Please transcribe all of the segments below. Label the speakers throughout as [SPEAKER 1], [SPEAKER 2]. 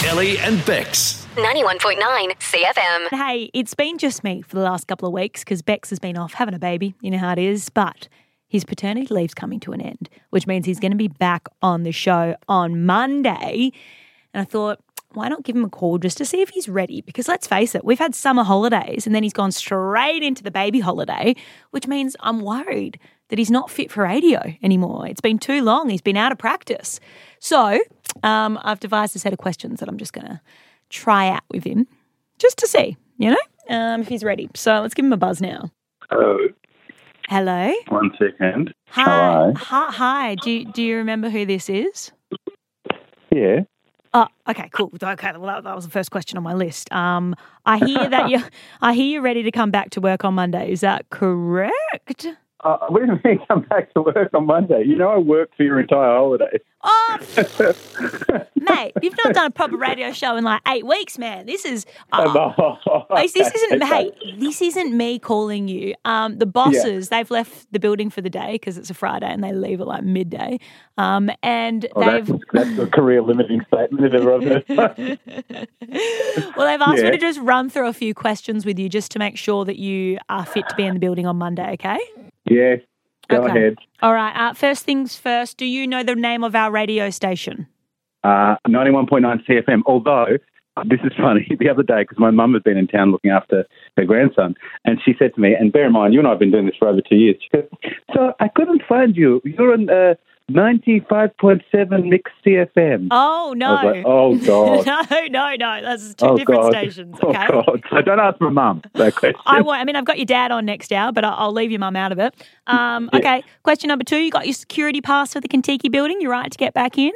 [SPEAKER 1] Ellie and Bex.
[SPEAKER 2] 91.9 CFM.
[SPEAKER 3] Hey, it's been just me for the last couple of weeks because Bex has been off having a baby. You know how it is. But his paternity leave's coming to an end, which means he's going to be back on the show on Monday. And I thought, why not give him a call just to see if he's ready? Because let's face it, we've had summer holidays and then he's gone straight into the baby holiday, which means I'm worried that he's not fit for radio anymore. It's been too long, he's been out of practice. So um, I've devised a set of questions that I'm just going to try out with him just to see, you know, um, if he's ready. So let's give him a buzz now.
[SPEAKER 4] Hello.
[SPEAKER 3] Hello.
[SPEAKER 4] Uh, One second.
[SPEAKER 3] Hi. Hi. hi. Do you, do you remember who this is?
[SPEAKER 4] Yeah.
[SPEAKER 3] Oh, okay, cool. Okay, well, that, that was the first question on my list. Um, I hear that you, I hear you're ready to come back to work on Monday. Is that correct?
[SPEAKER 4] Uh, what do you mean come back to work on Monday? You know I worked for your entire holiday.
[SPEAKER 3] Oh, mate, you've not done a proper radio show in like eight weeks, man. This is, uh, this, this isn't, hey, this isn't me calling you. Um, the bosses, they've left the building for the day because it's a Friday and they leave at like midday. Um, and
[SPEAKER 4] Oh, that's,
[SPEAKER 3] they've
[SPEAKER 4] that's a career limiting statement if ever I've heard. one.
[SPEAKER 3] well, they've asked me
[SPEAKER 4] Yeah.
[SPEAKER 3] to just run through a few questions with you just to make sure that you are fit to be in the building on Monday, okay?
[SPEAKER 4] yeah. Go
[SPEAKER 3] Okay.
[SPEAKER 4] ahead.
[SPEAKER 3] All right. Uh, first things first, do you know the name of our radio station?
[SPEAKER 4] Uh, 91.9 CFM. Although, uh, this is funny, the other day, because my mum had been in town looking after her grandson, and she said to me, and bear in mind, you and I have been doing this for over two years. She goes, So I couldn't find you. You're on uh, 95.7 Mix CFM.
[SPEAKER 3] Oh, no.
[SPEAKER 4] I was like, oh, God.
[SPEAKER 3] no, no, no. That's two
[SPEAKER 4] oh,
[SPEAKER 3] different
[SPEAKER 4] God.
[SPEAKER 3] stations, okay?
[SPEAKER 4] Oh, God. So don't ask my mum that question.
[SPEAKER 3] I won't. I mean, I've got your dad on next hour, but I'll, I'll leave your mum out of it. Um, Okay. Question number two. You got your security pass for the Kentucky building. You're right to get back in.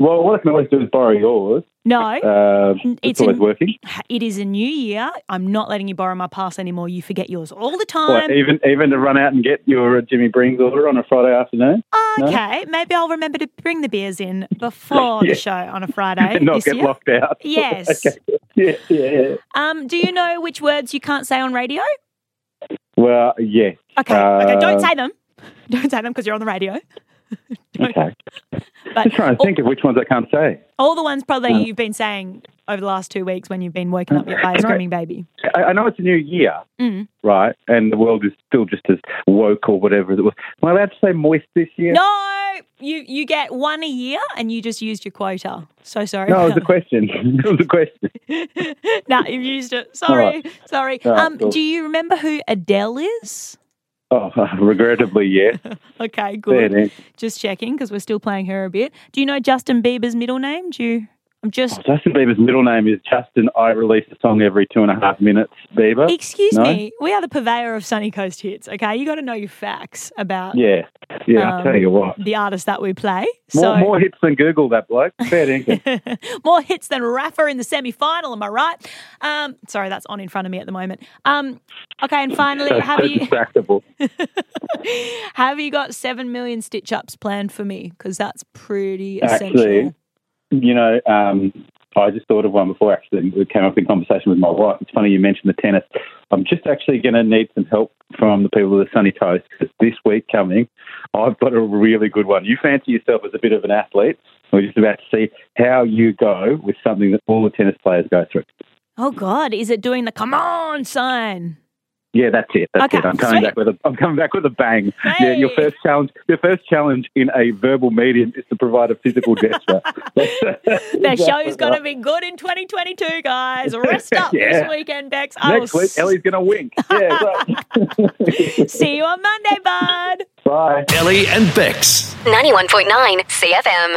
[SPEAKER 4] Well, what I can always do is borrow yours.
[SPEAKER 3] No,
[SPEAKER 4] Uh,
[SPEAKER 3] N- it's
[SPEAKER 4] it's, always
[SPEAKER 3] in-
[SPEAKER 4] working.
[SPEAKER 3] it is a new year. I'm not letting you borrow my pass anymore. You forget yours all the
[SPEAKER 4] Or
[SPEAKER 3] time.
[SPEAKER 4] even even to run out and get your uh, Jimmy Brings order on a Friday afternoon. No?
[SPEAKER 3] Okay, maybe I'll remember to bring the beers in before the
[SPEAKER 4] Yeah.
[SPEAKER 3] show on a Friday
[SPEAKER 4] and not
[SPEAKER 3] this
[SPEAKER 4] get
[SPEAKER 3] year.
[SPEAKER 4] locked out.
[SPEAKER 3] Yes.
[SPEAKER 4] Okay. Yeah, yeah, yeah.
[SPEAKER 3] Um, do you know which words you can't say on radio?
[SPEAKER 4] Well, yes.
[SPEAKER 3] Okay, okay, don't
[SPEAKER 4] Uh,
[SPEAKER 3] say them. Don't say them because you're on the radio.
[SPEAKER 4] Okay.
[SPEAKER 3] But
[SPEAKER 4] Just trying to
[SPEAKER 3] all,
[SPEAKER 4] think of which ones I can't say.
[SPEAKER 3] all the ones probably you've been saying over the last two weeks when you've been woken up by a
[SPEAKER 4] Can I-
[SPEAKER 3] screaming baby.
[SPEAKER 4] I, I know it's a new year,
[SPEAKER 3] Mm.
[SPEAKER 4] right? And the world is still just as woke or whatever it was. Am I allowed to say moist this year?
[SPEAKER 3] No, you you get one a year and you just used your quota. So sorry.
[SPEAKER 4] No, it was
[SPEAKER 3] about
[SPEAKER 4] a question. it was a question.
[SPEAKER 3] that. no, you've used it.
[SPEAKER 4] All
[SPEAKER 3] Sorry,
[SPEAKER 4] right.
[SPEAKER 3] sorry.
[SPEAKER 4] All right,
[SPEAKER 3] um,
[SPEAKER 4] cool.
[SPEAKER 3] do you remember who Adele is?
[SPEAKER 4] Oh, regrettably, yes.
[SPEAKER 3] Okay,
[SPEAKER 4] Fair
[SPEAKER 3] good.
[SPEAKER 4] enough.
[SPEAKER 3] Just checking because we're still playing her a bit. Do you know Justin Bieber's middle name? Do you? I'm just.
[SPEAKER 4] Justin Bieber's middle name is Justin. I release a song every two and a half minutes, Bieber.
[SPEAKER 3] Excuse
[SPEAKER 4] No?
[SPEAKER 3] me. We are the purveyor of Sunny Coast hits. Okay, you got to know your facts about
[SPEAKER 4] Yeah, yeah.
[SPEAKER 3] Um,
[SPEAKER 4] I'll tell you what.
[SPEAKER 3] the artist that we play.
[SPEAKER 4] More,
[SPEAKER 3] so
[SPEAKER 4] more hits than Google, that bloke. Fair dinkum.
[SPEAKER 3] More hits than Rafa in the semi final. Am I right? Um, sorry, that's on in front of me at the moment. Um, okay, and finally,
[SPEAKER 4] so,
[SPEAKER 3] have
[SPEAKER 4] so
[SPEAKER 3] you
[SPEAKER 4] distractible.
[SPEAKER 3] have you got seven million stitch ups planned for me? Because that's pretty essential.
[SPEAKER 4] Actually, you know, um, I just thought of one before actually it came up in conversation with my wife. It's funny you mentioned the tennis. I'm just actually going to need some help from the people of the Sunny Coast 'cause this week coming, I've got a really good one. You fancy yourself as a bit of an athlete. We're just about to see how you go with something that all the tennis players go through.
[SPEAKER 3] Oh God, is it doing the come on sign?
[SPEAKER 4] Yeah, that's it. That's
[SPEAKER 3] Okay,
[SPEAKER 4] it. I'm coming
[SPEAKER 3] sweet.
[SPEAKER 4] back with a I'm coming back with a bang. Yeah, your
[SPEAKER 3] Hey.
[SPEAKER 4] first challenge your first challenge in a verbal medium is to provide a physical gesture.
[SPEAKER 3] The show's going to be good in 2022, guys. Rest up this
[SPEAKER 4] Yeah.
[SPEAKER 3] weekend, Bex. I
[SPEAKER 4] Next
[SPEAKER 3] will
[SPEAKER 4] week, Ellie's going to wink. Yeah, great.
[SPEAKER 3] see you on Monday, bud.
[SPEAKER 4] Bye.
[SPEAKER 1] Ellie and Bex.
[SPEAKER 2] 91.9 CFM.